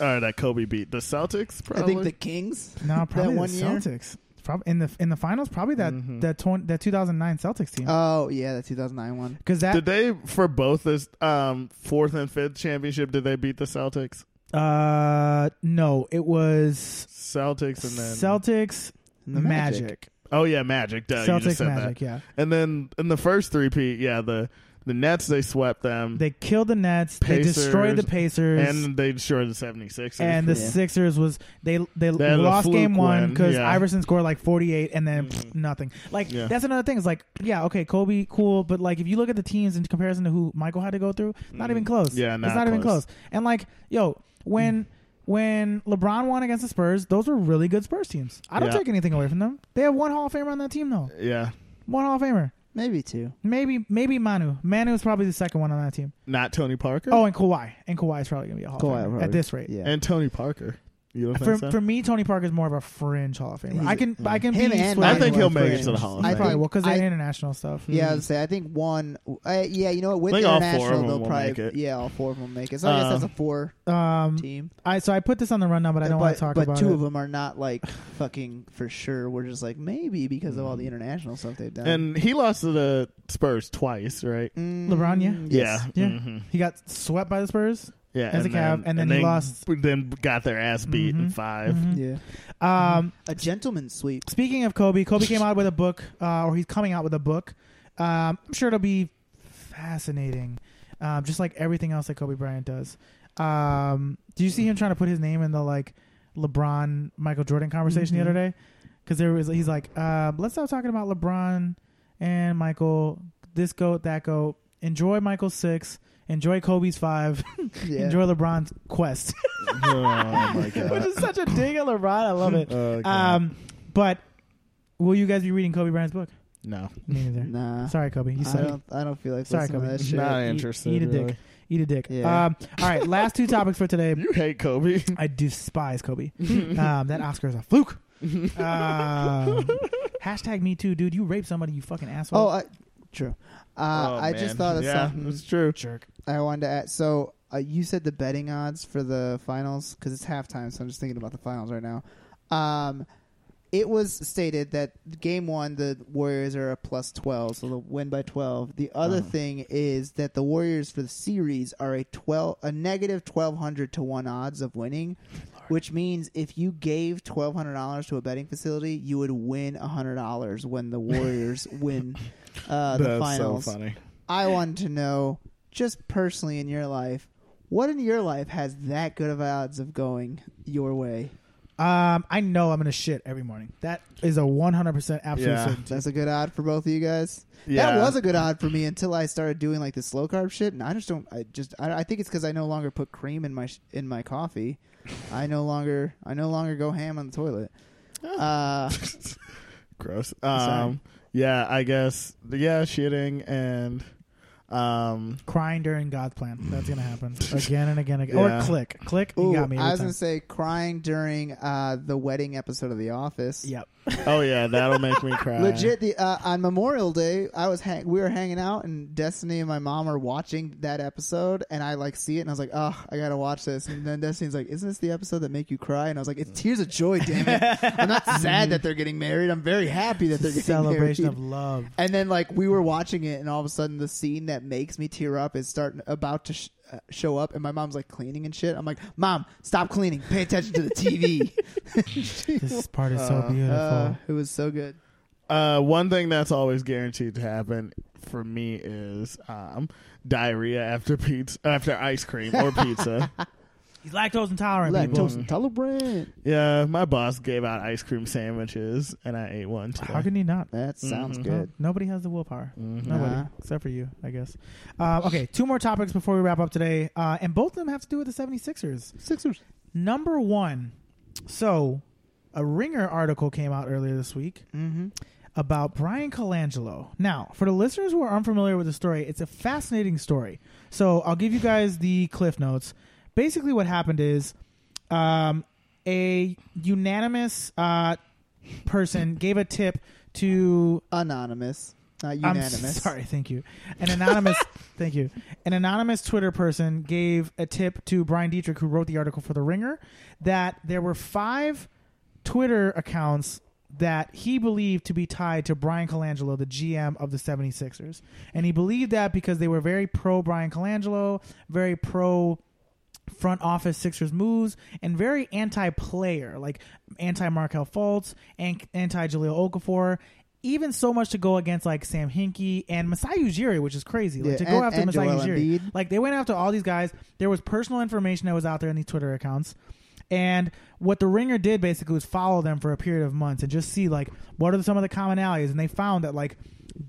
C: Or that Kobe beat? The Celtics,
A: I
C: probably.
A: think the Kings.
B: No, probably
A: one
B: the
A: year?
B: Celtics. Probably in the in the finals. Probably that
C: Mhm.
B: that twen- that 2009 Celtics team.
C: Uh,
A: Oh yeah, the 2009 one.
B: Because
C: Did
B: that
C: they for both this um, fourth and fifth championship? Did they beat the Celtics?
B: uh no, it was
C: Celtics and then
B: Celtics
A: And the
B: Magic.
C: oh yeah, Magic. Duh, you just
B: Celtics
C: said
B: Magic.
C: that.
B: Yeah,
C: And then in the first three P, yeah, the the Nets they swept them
B: they killed the Nets.
C: Pacers,
B: they destroyed the Pacers.
C: and they destroyed the 76ers.
B: and the
A: Yeah.
B: Sixers was they they,
C: They had a
B: lost
C: fluke
B: game one
C: win,
B: because
C: yeah.
B: Iverson scored like forty eight and then pff, nothing. Like
C: Yeah.
B: that's another thing. It's like yeah, okay, Kobe, cool, but like if you look at the teams in comparison to who Michael had to go through, not even close.
C: Yeah,
B: it's
C: not
B: not even close.
C: close. Mm.
B: And like yo, when when LeBron won against the Spurs, those were really good Spurs teams. I don't
C: Yeah.
B: take anything away from them. They have one Hall of Famer on that team though.
C: yeah,
B: One Hall of Famer.
A: Maybe two.
B: Maybe maybe Manu. Manu is probably the second one on that team.
C: not Tony Parker.
B: Oh, and Kawhi. And Kawhi is probably gonna be a Hall
A: Kawhi
B: of Famer
A: probably-
B: at this rate.
A: Yeah.
C: and Tony Parker. You don't
B: For,
C: think so?
B: for me, Tony Parker is more of a fringe Hall of Famer.
A: He's
B: I
A: a-
B: can I can
A: Him
B: be.
A: and
B: swayed
C: I think
B: more
C: he'll make it
B: fringe.
C: to the Hall of
B: I
C: Fame.
B: probably will because they're
A: I-
B: international stuff.
A: Yeah, I would say I think one. Uh, yeah, you know what? With
C: I think all four of
A: international,
C: them
A: they'll
C: will
A: probably
C: make it.
A: yeah, all four of them will make it. So I
C: Uh,
A: guess that's a four
B: Um,
A: team.
B: I so I put this on the rundown, but I don't
A: but,
B: want to talk
A: but
B: about
A: two
B: it.
A: of them are not like fucking for sure. We're just like maybe because of all the international stuff they've done.
C: and he lost to the Spurs twice, right?
A: Mm,
B: LeBron, yeah?
A: yes.
B: Yeah.
C: mhm.
B: He got swept by the Spurs.
C: yeah.
B: As a Cav, and then he lost.
C: Then got their ass beat in
B: Mhm.
C: 5
B: Mhm.
A: yeah,
B: Um,
A: a gentleman's sweep.
B: speaking of Kobe, Kobe came out with a book, uh, or he's coming out with a book. Um, I'm sure it'll be fascinating, um, just like everything else that Kobe Bryant does. Um, do you see him trying to put his name in the like LeBron Michael Jordan conversation the other day? Because there was um, he's like, uh, let's stop talking about LeBron and Michael, this goat, that goat, enjoy Michael's six, enjoy Kobe's five,
A: Yeah.
B: enjoy LeBron's quest,
C: oh my
B: which
C: god.
B: is such a dig at LeBron. I love it.
C: Oh, God.
B: Um, but will you guys be reading Kobe Bryant's book?
C: no,
B: Me neither.
A: Nah. Um,
B: Sorry, Kobe. You
A: I
B: suck.
A: don't. I don't feel like
B: Sorry,
A: listening to
B: Kobe.
A: that shit.
C: not
B: Eat-
C: interested.
B: eat a dick.
C: really.
B: Eat a dick.
A: Yeah.
B: Um, all right, last two topics for today.
C: You hate Kobe.
B: I despise Kobe. um, that Oscar is a fluke. Um, hashtag me too, dude. You raped somebody, you fucking asshole.
A: Oh, I, true. Uh,
C: Oh,
A: I
C: man.
A: just thought of
C: yeah,
A: something
C: It's true.
B: jerk.
A: I wanted to add. So uh, you said the betting odds for the finals because it's halftime, so I'm just thinking about the finals right now. Um, it was stated that game one, the Warriors are a plus 12, so they'll win by 12. The other
C: Uh-huh.
A: thing is that the Warriors for the series are a 12, a negative 1,200 to 1 odds of winning, which means if you gave $1,200 to a betting facility, you would win $100 when the Warriors win uh, the
C: That's
A: finals.
C: so funny.
A: I wanted to know, just personally in your life, what in your life has that good of odds of going your way?
B: Um, I know I'm gonna shit every morning. That is a 100 percent absolute
C: Yeah.
B: certainty.
A: That's a good odd for both of you guys.
C: Yeah.
A: That was a good odd for me until I started doing like the slow carb shit, and I just don't. I just I, I think it's because I no longer put cream in my sh- in my coffee. I no longer I no longer go ham on the toilet.
B: Oh.
A: Uh,
C: Gross.
A: Sorry.
C: Um, yeah, I guess. Yeah, shitting and um,
B: Crying during God's plan. That's gonna happen again and again. and again. Or
C: Yeah.
B: click, click.
A: ooh,
B: you got me. Every
A: I was
B: time.
A: gonna say crying during uh, the wedding episode of The Office.
B: Yep.
C: oh yeah, that'll make me cry.
A: Legit, the, uh, on Memorial Day, I was hang- we were hanging out, and Destiny and my mom are watching that episode, and I like see it, and I was like, oh, I gotta watch this. And then Destiny's like, isn't this the episode that make you cry? And I was like, it's Tears of Joy, damn it! I'm not sad that they're getting married. I'm very happy that they're getting
B: Celebration
A: married.
B: of love.
A: and then like we were watching it, and all of a sudden the scene that makes me tear up is starting about to sh- uh, show up, and my mom's like cleaning and shit. I'm like, mom, stop cleaning, pay attention to the TV.
B: This part is so
C: Uh,
B: beautiful.
A: Uh, it was so good.
C: Uh, one thing that's always guaranteed to happen for me is um, diarrhea after pizza, after ice cream or pizza.
B: He's lactose intolerant. people.
A: Lactose intolerant.
C: yeah, my boss gave out ice cream sandwiches, and I ate one. Today.
B: How can he not?
A: That sounds
C: Mhm.
A: good.
B: No, nobody has the willpower.
C: Mhm.
B: Nobody,
A: Nah.
B: except for you, I guess. Uh, okay, two more topics before we wrap up today. Uh, and both of them have to do with the 76ers.
A: Sixers.
B: Number one. So, a Ringer article came out earlier this week
A: Mm-hmm.
B: about Brian Colangelo. Now, for the listeners who are unfamiliar with the story, it's a fascinating story. So I'll give you guys the cliff notes. Basically, what happened is um, a unanimous uh, person gave a tip to.
A: Anonymous, not
B: I'm
A: unanimous.
B: sorry, thank you. An anonymous, thank you. An anonymous Twitter person gave a tip to Brian Dietrich, who wrote the article for The Ringer, that there were five Twitter accounts that he believed to be tied to Brian Colangelo, the GM of the 76ers. And he believed that because they were very pro Brian Colangelo, very pro front office Sixers moves, and very anti player, like anti Markel Fultz and anti Jaleel Okafor. Even so much to go against like Sam Hinkie and Masai Ujiri, which is crazy. Like
A: Yeah,
B: to go
A: and-
B: after
A: and
B: Masai
A: Joel
B: Ujiri,
A: Embiid.
B: like they went after all these guys. There was personal information that was out there in these Twitter accounts. And what the ringer did basically was follow them for a period of months and just see like what are some of the commonalities. And they found that like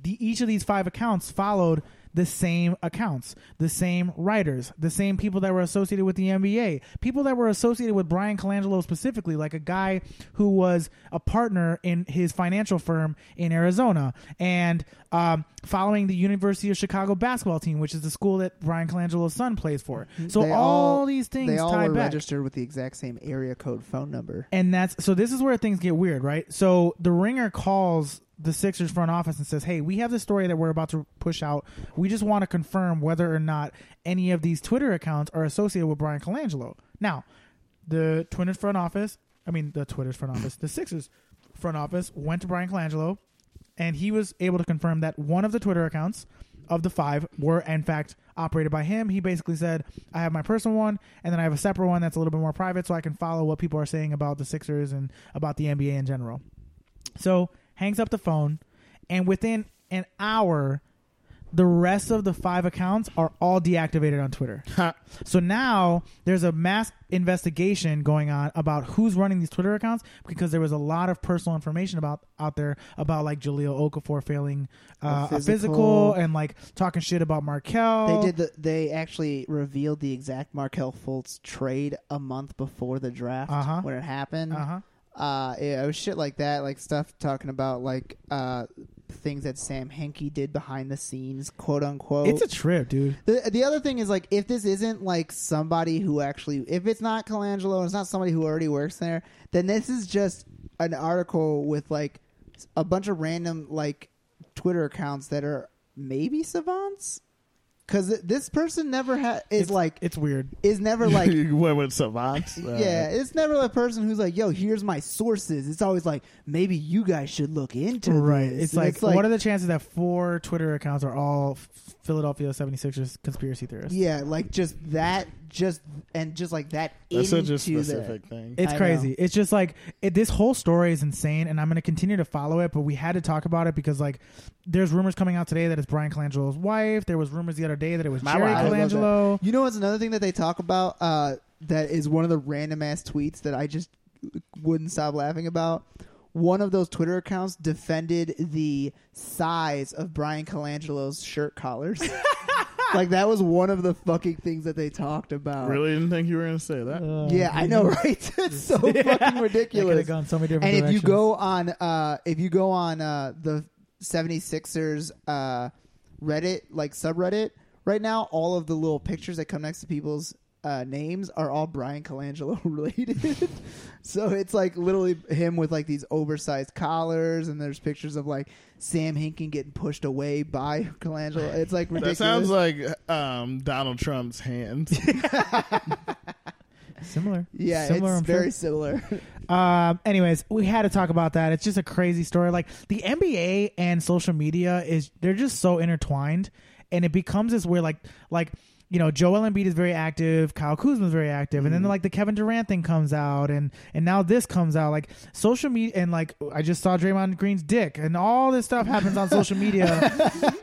B: the, each of these five accounts followed the same accounts, the same writers, the same people that were associated with the NBA, people that were associated with Brian Colangelo specifically, like a guy who was a partner in his financial firm in Arizona, and um, following the University of Chicago basketball team, which is the school that Brian Colangelo's son plays for. So
A: Mm-hmm. They
B: all, these things
A: They all
B: tie
A: were
B: back.
A: registered with the exact same area code phone number.
B: And that's so this is where things get weird, right? So the ringer calls the Sixers front office and says, "Hey, we have this story that we're about to push out. We just want to confirm whether or not any of these Twitter accounts are associated with Brian Colangelo." Now, the Twitter front office, I mean the Twitter's front office, the Sixers front office went to Brian Colangelo and he was able to confirm that one of the Twitter accounts of the five were in fact operated by him. He basically said, "I have my personal one, and then I have a separate one that's a little bit more private, so I can follow what people are saying about the Sixers and about the NBA in general." So hangs up the phone, and within an hour, The rest of the five accounts are all deactivated on Twitter.
C: Ha.
B: So now there's a mass investigation going on about who's running these Twitter accounts because there was a lot of personal information about out there about like Jaleel Okafor failing uh,
A: A
B: a, physical.
A: physical.
B: and like talking shit about Markel.
A: They did the. They actually revealed the exact Markel Fultz trade a month before the draft
B: Uh-huh.
A: when it happened.
B: Uh huh.
A: Uh, yeah, it was shit like that, like stuff talking about like uh things that Sam Henke did behind the scenes, quote unquote.
B: It's a trip, dude.
A: the, the other thing is like if this isn't like somebody who actually if it's not Colangelo and it's not somebody who already works there, then this is just an article with like a bunch of random like Twitter accounts that are maybe savants. Because this person never ha- is
B: It's-
A: like
B: It's weird.
A: is never like
C: you went with savants. Uh,
A: yeah, it's never the person who's like, "Yo, here's my sources." It's always like, "Maybe you guys should look into
B: Right. It's
A: this." And
B: like, what are the chances that four Twitter accounts are all F- Philadelphia 76ers conspiracy theorists?
A: yeah, like just that, just and just like that
C: that's
A: into
C: such a
A: the-
C: specific thing.
B: It's
A: I
B: crazy.
A: know.
B: It's just like it, this whole story is insane, and I'm going to continue to follow it. But we had to talk about it because like there's rumors coming out today that it's Brian Colangelo's wife. There was rumors the other day that it was
C: My
B: Jerry
C: wife.
A: I love
B: Colangelo.
A: You know what's another thing that they talk about? Uh, that is one of the random ass tweets that I just wouldn't stop laughing about. One of those Twitter accounts defended the size of Brian Colangelo's shirt collars. like that was one of the fucking things that they talked about.
C: Really didn't think you were going to say that.
B: Uh,
A: Yeah, I know, right? It's so fucking
B: That could
A: ridiculous.
B: have gone so many different
A: And if you
B: directions.
A: go on, uh, if you go on uh, the 76ers uh, Reddit, like subreddit, right now, all of the little pictures that come next to people's uh, names are all Brian Colangelo related. so it's like literally him with like these oversized collars, and there's pictures of like Sam Hinkin getting pushed away by Colangelo. It's like
C: That
A: Uh, ridiculous.
C: sounds like um, Donald Trump's hands.
B: similar,
A: yeah,
B: similar,
A: it's
B: I'm sure.
A: very similar.
B: Um, anyways, we had to talk about that. It's just a crazy story. Like the NBA and social media is they're just so intertwined, and it becomes this weird like like you know Joel Embiid is very active, Kyle Kuzma is very active, and then
A: Mm-hmm.
B: like the Kevin Durant thing comes out, and and now this comes out like social media and like I just saw Draymond Green's dick, and all this stuff happens on social media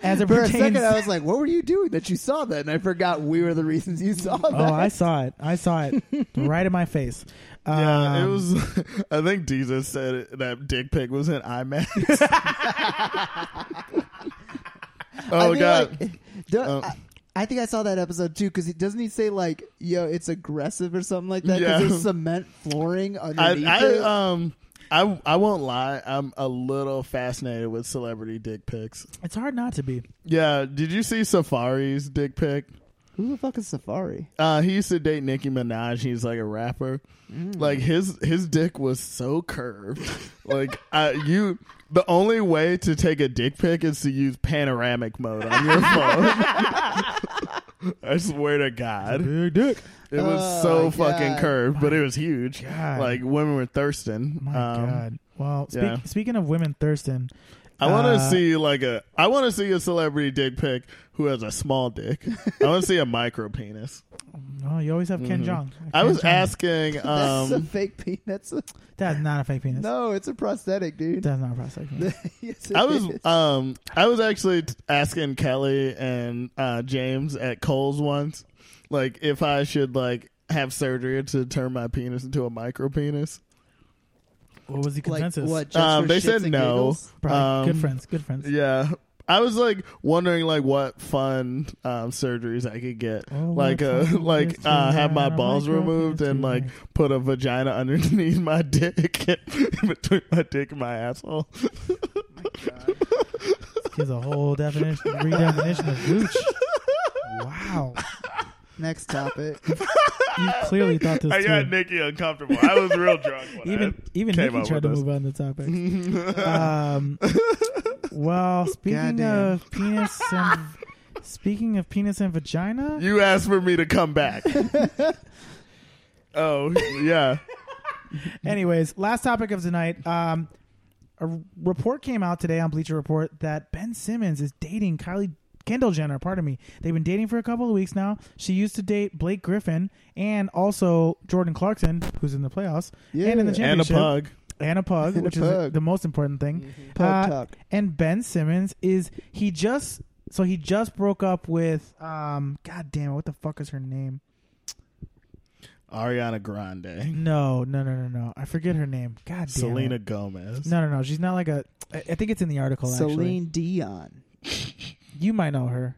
B: as it
A: For a
B: pertains.
A: second, I was like, "What were you doing that you saw that?" And I forgot we were the reasons you saw that.
B: oh, I saw it. I saw it right in my face.
C: Yeah, it
B: Um,
C: was. I think Jesus said it, that dick pic was in IMAX.
A: I
C: oh
A: think,
C: God!
A: like, do-
C: Oh.
A: I, I think I saw that episode too because doesn't he say like, "Yo, it's aggressive" or something like that?
C: Yeah.
A: Because there's cement flooring
C: I,
A: underneath it.
C: I um. I, I won't lie. I'm a little fascinated with celebrity dick pics.
B: It's hard not to be.
C: Yeah, did you see Safari's dick pic?
A: Who the fuck is Safari?
C: Uh, he used to date Nicki Minaj. He's like a rapper.
B: Mm.
C: Like his his dick was so curved. like uh, you, the only way to take a dick pic is to use panoramic mode on your phone. I swear to God,
B: Big dick.
C: it was
A: Oh,
C: so
A: my
C: fucking
A: God.
C: curved, but it was huge.
B: God.
C: Like women were thirsting.
B: My
C: Um,
B: God. Well, speak,
C: yeah.
B: speaking of women thirsting,
C: I want to
B: uh,
C: see like a I want to see a celebrity dick pic who has a small dick. I want to see a micro penis.
B: Oh, you always have Ken Jong.
C: Mm-hmm. I
B: Ken
C: was
B: Jong.
C: asking.
A: That's a
C: Um,
A: fake penis. That's a-
B: That's not a fake penis.
A: no, it's a prosthetic, dude.
B: That's not a prostate. penis.
A: Yes,
C: I
A: it
C: was
A: is.
C: um I was actually t- asking Kelly and uh, James at Cole's once, like if I should like have surgery to turn my penis into a micro penis.
B: What was the
A: like
B: consensus?
A: what? Just
C: Um,
A: for
C: they
A: shits
C: said
A: and
C: no.
A: giggles?
B: Probably.
C: Um,
B: good friends. Good friends.
C: Yeah, I was like wondering like what fun um, surgeries I could get,
B: Oh, what
C: like uh,
B: fun it is
C: like
B: to
C: uh, have
B: have
C: my
B: a
C: balls
B: micro
C: removed
B: penis
C: and
B: to your
C: like
B: mouth.
C: put a vagina underneath my dick, between my dick and my asshole.
B: Gives a whole definition, redefinition of gooch. Wow.
A: Next topic.
B: You clearly thought this
C: I got
B: too.
C: Nikki uncomfortable. I was real drunk. When I
B: Even even
C: came
B: Nikki
C: up
B: tried to
C: with this.
B: move on the topic. um, well, speaking
A: Goddamn.
B: of penis and speaking of penis and vagina,
C: You asked for me to come back. oh, yeah.
B: Anyways, last topic of tonight. Um, a report came out today on Bleacher Report that Ben Simmons is dating Kylie Kendall Jenner. Pardon me. They've been dating for a couple of weeks now. She used to date Blake Griffin and also Jordan Clarkson, who's in the playoffs and in the
A: Yeah.
C: And a
B: championship,
C: pug.
B: and a pug,
A: And a
B: which
A: pug.
B: is the most important thing.
A: Pug
B: Uh,
A: tuck.
B: and Ben Simmons is he just So he just broke up with um. God damn it! What the fuck is her name?
C: Ariana Grande,
B: No, no, no, no, no. I forget her name. God damn.
C: Selena
B: It.
C: Gomez.
B: No, no, no. She's not like a. I I think it's in the article. Actually,
A: Celine Dion.
B: you might know her.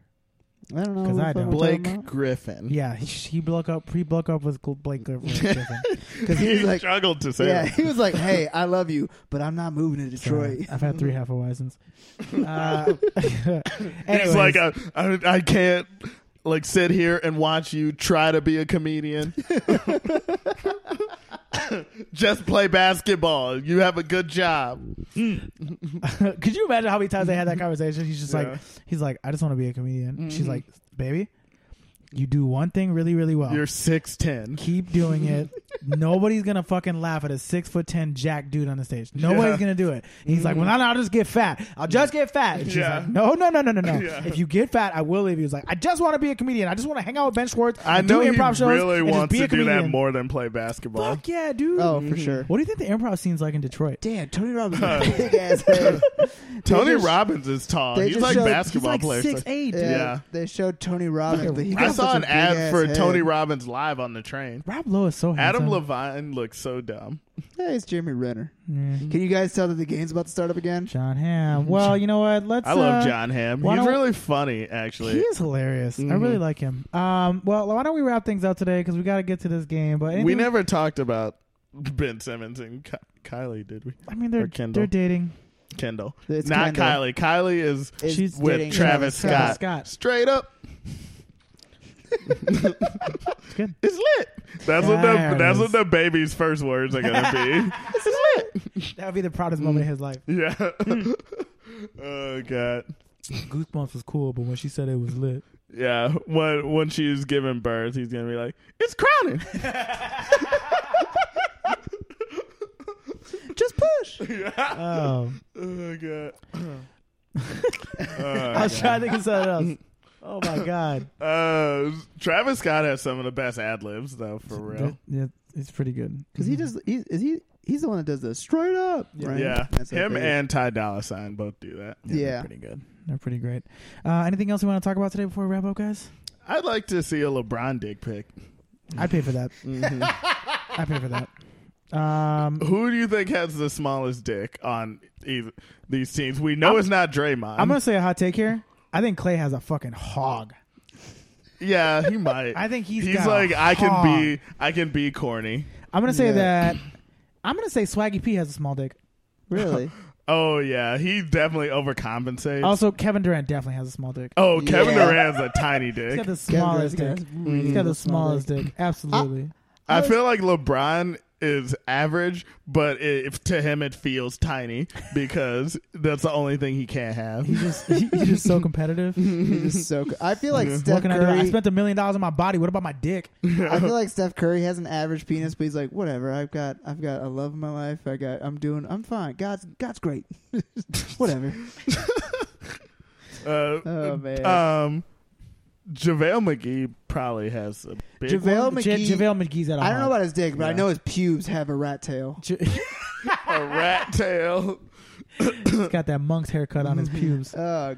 A: I don't know.
B: 'Cause
A: who the
B: I
A: fuck
B: don't.
A: we're talking
C: Blake
A: about.
C: Griffin.
B: Yeah, he, he broke up. He broke up with Gl- Blake Griffin.
A: Because he was like,
C: struggled to say
A: yeah,
C: that.
A: he was like, hey, I love you, but I'm not moving to
B: Sorry.
A: Detroit.
B: uh, I've had three half Horizons. Uh, anyways,
C: He's like, I I I, I can't like sit here and watch you try to be a comedian. Just play basketball. You have a good job.
B: could you imagine how many times they had that conversation? He's just
C: Yeah.
B: like, he's like, I just want to be a comedian. She's like, baby, you do one thing really, really well.
C: You're six ten.
B: Keep doing it. Nobody's gonna fucking laugh at a six foot ten jack dude on the stage. Nobody's
C: Yeah. Mm.
B: gonna do it. And he's like, "Well, no, no, I'll just get fat. I'll just get fat." And she's
C: Yeah.
B: like, "No, no, no, no, no, no.
C: Yeah.
B: If you get fat, I will leave." He was like, "I just want to be a comedian. I just want to hang out with Ben Schwartz.
C: I
B: and
C: know
B: do
C: he
B: improv shows
C: really
B: and just
C: wants
B: be
C: to
B: a
C: do that
B: comedian."
C: more than play basketball.
B: Fuck yeah, dude.
A: Oh,
C: Mm.
A: for sure.
B: What do you think the improv scene's like in Detroit?
A: Damn, Tony Robbins got a big ass head.
C: Tony
A: They just-
C: Robbins is tall.
A: they
C: He's
A: just
C: like
A: showed- he's
B: He's
C: basketball
B: like
C: player.
B: six eight.
A: Yeah,
B: Dude.
C: Yeah.
A: they showed Tony Robbins. But he
B: I
A: got
C: I saw
A: such
C: an
A: a
C: ad
A: big-ass
C: for
A: head.
C: Tony Robbins live on the train.
B: Rob Lowe is so handsome.
C: Adam Levine looks so dumb.
A: Yeah, it's Jeremy Renner.
B: Mm.
A: Can you guys tell that the game's about to start up again?
B: John Hamm. Well, you know what? Let's.
C: I love
B: uh,
C: John Hamm.
B: why
C: He's
B: don't-
C: really funny, actually.
B: He is hilarious. I
C: Mm-hmm.
B: really like him. Um, well, why don't we wrap things up today because we got to get to this game. But
C: we
B: anything-
C: never talked about Ben Simmons and Ky- Kylie, did we?
B: I mean,
C: or
B: they're
C: Kendall.
B: they're dating.
C: Kendall.
A: It's
C: Not
A: Kendall.
C: Kylie. Kylie is
A: Is
B: She's
C: with
A: dating
C: Travis, Scott.
B: Travis Scott.
C: Straight up.
B: It's good.
C: It's lit. That's what
B: There
C: the
B: it
C: that's
B: is.
C: what the baby's first words are gonna be.
B: That would be the proudest moment of his life.
C: yeah. oh god.
B: Goosebumps was cool, but when she said it was lit,
C: Yeah. When when she's giving birth, he's gonna be like, It's crowded.
A: Just push.
B: oh,
C: Oh god. Oh,
B: I was trying to think of something else. Oh my god,
C: Uh, Travis Scott has some of the best ad libs though, for real.
B: That- yeah, it's pretty good Mm-hmm.
A: Because he just he, is he he's the one that does this straight up. Right?
C: Yeah,
A: That's so
C: him
A: great.
C: and Ty Dolla Sign both do that.
B: they're
A: yeah.
B: pretty good. They're pretty great. Uh, anything else we want to talk about today before we wrap up, guys?
C: I'd like to see a LeBron dick pic.
B: I'd pay for that. I'd pay for that. Um,
C: Who do you think has the smallest dick on either these teams? We know it's not Draymond.
B: I'm gonna say a hot take here. I think Clay has a fucking hog.
C: yeah, he might.
B: I think he's
C: he's
B: got a
C: like I can
B: hog.
C: be I can be corny.
B: I'm gonna say
A: Yeah.
B: that. I'm gonna say Swaggy P has a small dick.
A: Really?
C: Oh yeah, he definitely overcompensates.
B: Also, Kevin Durant definitely has a small dick.
C: oh, Kevin
A: Yeah.
C: Durant has a tiny
B: He's got
C: dick.
B: the smallest dick. He's got the smallest dick.
A: Ah.
B: Absolutely.
C: I feel like LeBron is average, but if to him it feels tiny because that's the only thing he can't have.
B: He's just he- he's just so competitive. what
A: He's just so. co- I feel like Steph
B: can I do? I
A: Curry.
B: spent a million dollars on my body. What about my dick?
A: I feel like Steph Curry has an average penis, but he's like, whatever. I've got I've got a love in my life. I got I'm doing I'm fine. God's God's great. whatever.
C: Uh,
A: Oh man.
C: um, JaVale McGee probably has a big
A: JaVale
B: Well,
A: McGee.
B: Ja- JaVale McGee's at all.
A: I don't know about his dick, but I
C: Yeah.
A: know his pubes have a rat tail.
B: Ja-
C: one, a rat tail.
B: he's got that monk's haircut on his pubes.
A: Oh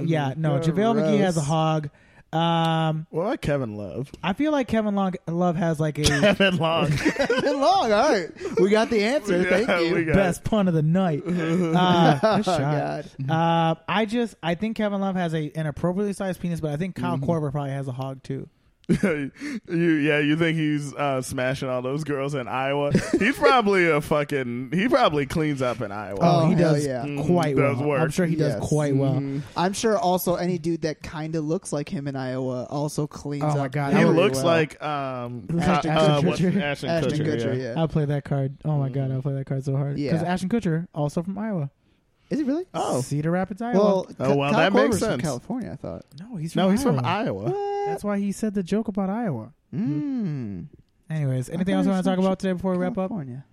B: Uh, yeah, no, JaVale McGee has a
A: Gross.
B: hog. Um,
C: What about Kevin Love?
B: I feel like Kevin Long- Love has like a
C: Kevin Long.
A: Been long. All right, we got the answer.
C: Yeah,
A: Thank you.
C: we got
B: best pun of the night. Uh, good
A: Oh,
B: shot.
A: God.
B: Uh, I just I think Kevin Love has a an appropriately sized penis, but I think Kyle Korver probably has a hog too.
C: you, yeah, you think he's uh, smashing all those girls in Iowa? He's probably a fucking. He probably cleans up in Iowa.
A: Oh,
B: he
A: hell
B: does
A: yeah. Mm,
B: quite
C: Does
B: well.
C: work.
B: I'm sure he
A: Yes. Mm-hmm.
B: does quite well.
A: I'm sure also any dude that kind of looks like him in Iowa also cleans
B: Oh,
A: up.
B: my God.
C: he
B: Really
C: looks
A: well.
C: like um
B: Ashton
C: uh, uh,
B: Kutcher.
C: what's-
A: Ashton
C: Ashton Kutcher.
A: Kutcher.
C: yeah.
A: yeah. Mm-hmm.
B: I'll play that card. Oh my god, I'll play that card so hard.
A: Yeah.
B: Because Ashton Kutcher, also from Iowa,
A: Is he really?
C: Oh.
B: Cedar Rapids, Iowa.
A: Well,
C: Oh,
A: Ky-
C: well,
A: Kyle
C: that makes
A: Korver's from
C: sense.
A: California, I thought.
B: no, he's from
C: No, he's from
B: Iowa.
C: Iowa.
B: That's why he said the joke about Iowa.
A: Mm.
B: Anyways, anything else
A: thought he
B: you
A: was
B: want to talk
A: from
B: about today before we wrap up?
A: California.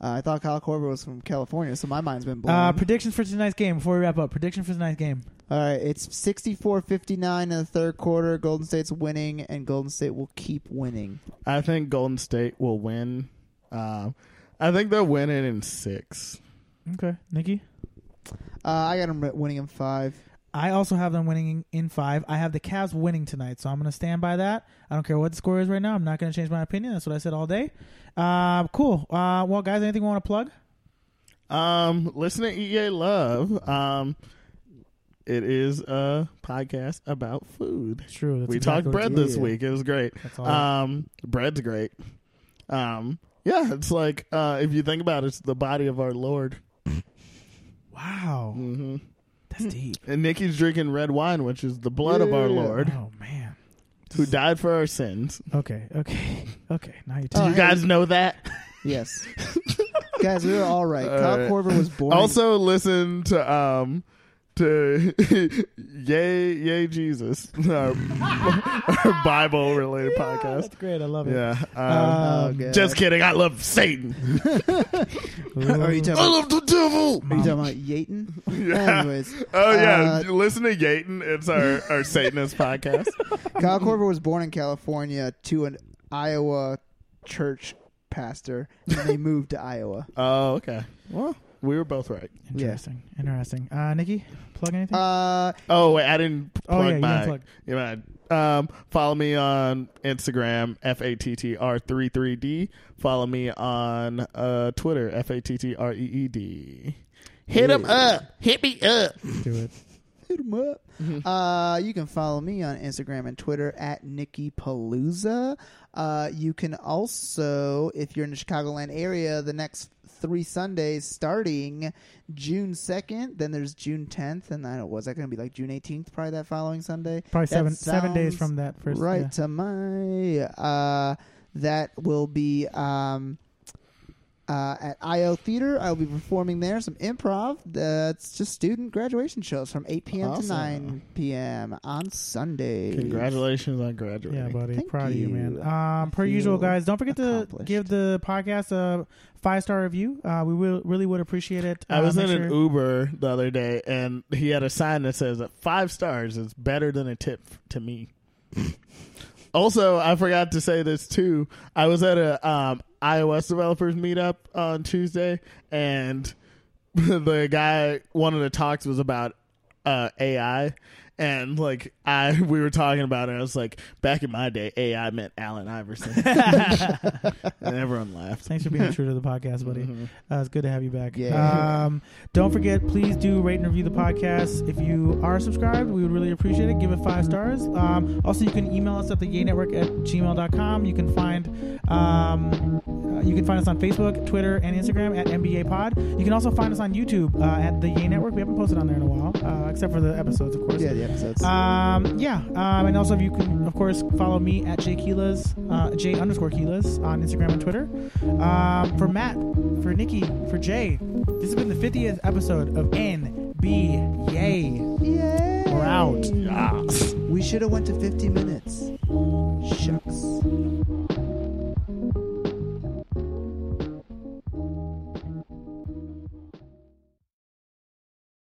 A: Uh, I thought Kyle Korver was from California, so my mind's been blown.
B: Uh, predictions for tonight's game before we wrap up. Prediction for tonight's game.
A: All right, it's 64-59 in the third quarter. Golden State's winning, and Golden State will keep winning.
C: I think Golden State will win. Um, I think they're winning in six.
B: Okay, Nikki.
A: Uh, I got them winning in five.
B: I also have them winning in five. I have the Cavs winning tonight, so I'm going to stand by that. I don't care what the score is right now. I'm not going to change my opinion. That's what I said all day. Uh, cool. Uh, well, guys, anything we want to plug?
C: Um, listen to EA Love. Um, it is a podcast about food.
B: True.
C: we talked bread this week. It was great.
B: That's all.
C: Um, bread's great. Um, yeah, it's like uh, if you think about it, it's the body of our Lord.
B: wow,
C: hmm
B: that's deep.
C: And Nikki's drinking red wine, which is the blood of our
A: Yeah.
C: Lord,
B: Oh man.
C: who died for our sins.
B: Okay. Okay. Okay. Now you're.
A: Oh,
B: telling
C: You guys know that.
A: Yes. Guys, we were all right.
C: All
A: Kyle
C: right.
A: Korver was born.
C: Also, listen to um to yay yay Jesus, our, our Bible related podcast.
B: That's great. I love it.
C: Yeah, um,
B: Uh,
A: oh, God.
C: just kidding. I love Satan.
A: Are you talking
C: I
A: about,
C: love the devil.
A: are you talking about Yaten?
C: Yeah.
A: Anyways,
C: Oh yeah,
A: Uh,
C: listen to Yaten. It's our our Satanist podcast.
A: Kyle Korver was born in California to an Iowa church pastor, and they moved to Iowa.
C: Oh okay. Well, we were both right.
B: Interesting. Interesting. Uh, Nikki, plug anything?
A: Uh,
C: Oh wait, I didn't
B: Oh,
C: plug
B: yeah, you
C: my.
B: didn't plug.
C: Yeah, my- um, follow me on Instagram f a t t r 3 3 d. Follow me on uh, Twitter f a t t r e e d. Hit him up. Hit me up.
B: Do it.
A: hit 'em up. Uh, you can follow me on Instagram and Twitter at Nikki Palooza. Uh, you can also, if you're in the Chicagoland area, the next three Sundays starting June 2nd, then there's June 10th, and I don't was that going to be like June 18th, probably that following Sunday?
B: Probably
A: That
B: seven seven days
A: sounds
B: from that first.
A: right
B: yeah.
A: to my uh that will be um uh, at IO Theater, I will be performing there some improv. That's just student graduation shows from 8 p.m. to
C: Awesome.
A: 9 p.m. on Sunday.
C: Congratulations on graduating.
B: Yeah, buddy.
A: Thank
B: Proud
A: you.
B: of you, man.
A: I
B: Um, per
A: feel
B: usual, guys, don't forget to
A: accomplished.
B: give the podcast a five star review. Uh, we will, really would appreciate it.
C: I
B: Uh,
C: was
B: make
C: in an
B: sure-
C: Uber the other day, and he had a sign that says that five stars is better than a tip f- to me. also, I forgot to say this too. I was at a um, iOS developers meetup on Tuesday, and the guy one of the talks was about uh, AI. And like I, we were talking about it. I was like, back in my day, AI meant Allen Iverson, and everyone laughed.
B: Thanks for being true to the podcast, buddy. Uh, it's good to have you back.
A: Mm-hmm. Yeah.
B: Um, don't forget, please do rate and review the podcast. If you are subscribed, we would really appreciate it. Give it five stars. Um, also, you can email us at the Network at gmail.com. You can find um, uh, you can find us on Facebook, Twitter, and Instagram at NBA Pod. You can also find us on YouTube uh, at the Yay Network. We haven't posted on there in a while, uh, except for the episodes, of course.
A: Yeah, Uh, the episodes.
B: Um, yeah, um, and also if you can, of course, follow me at J Keelas, uh, J underscore Keelas on Instagram and Twitter. Um, for Matt, for Nikki, for Jay, this has been the 50th episode of NB Yay.
A: Yay!
B: We're out.
C: Yeah.
A: We should have went to 50 minutes. Shucks.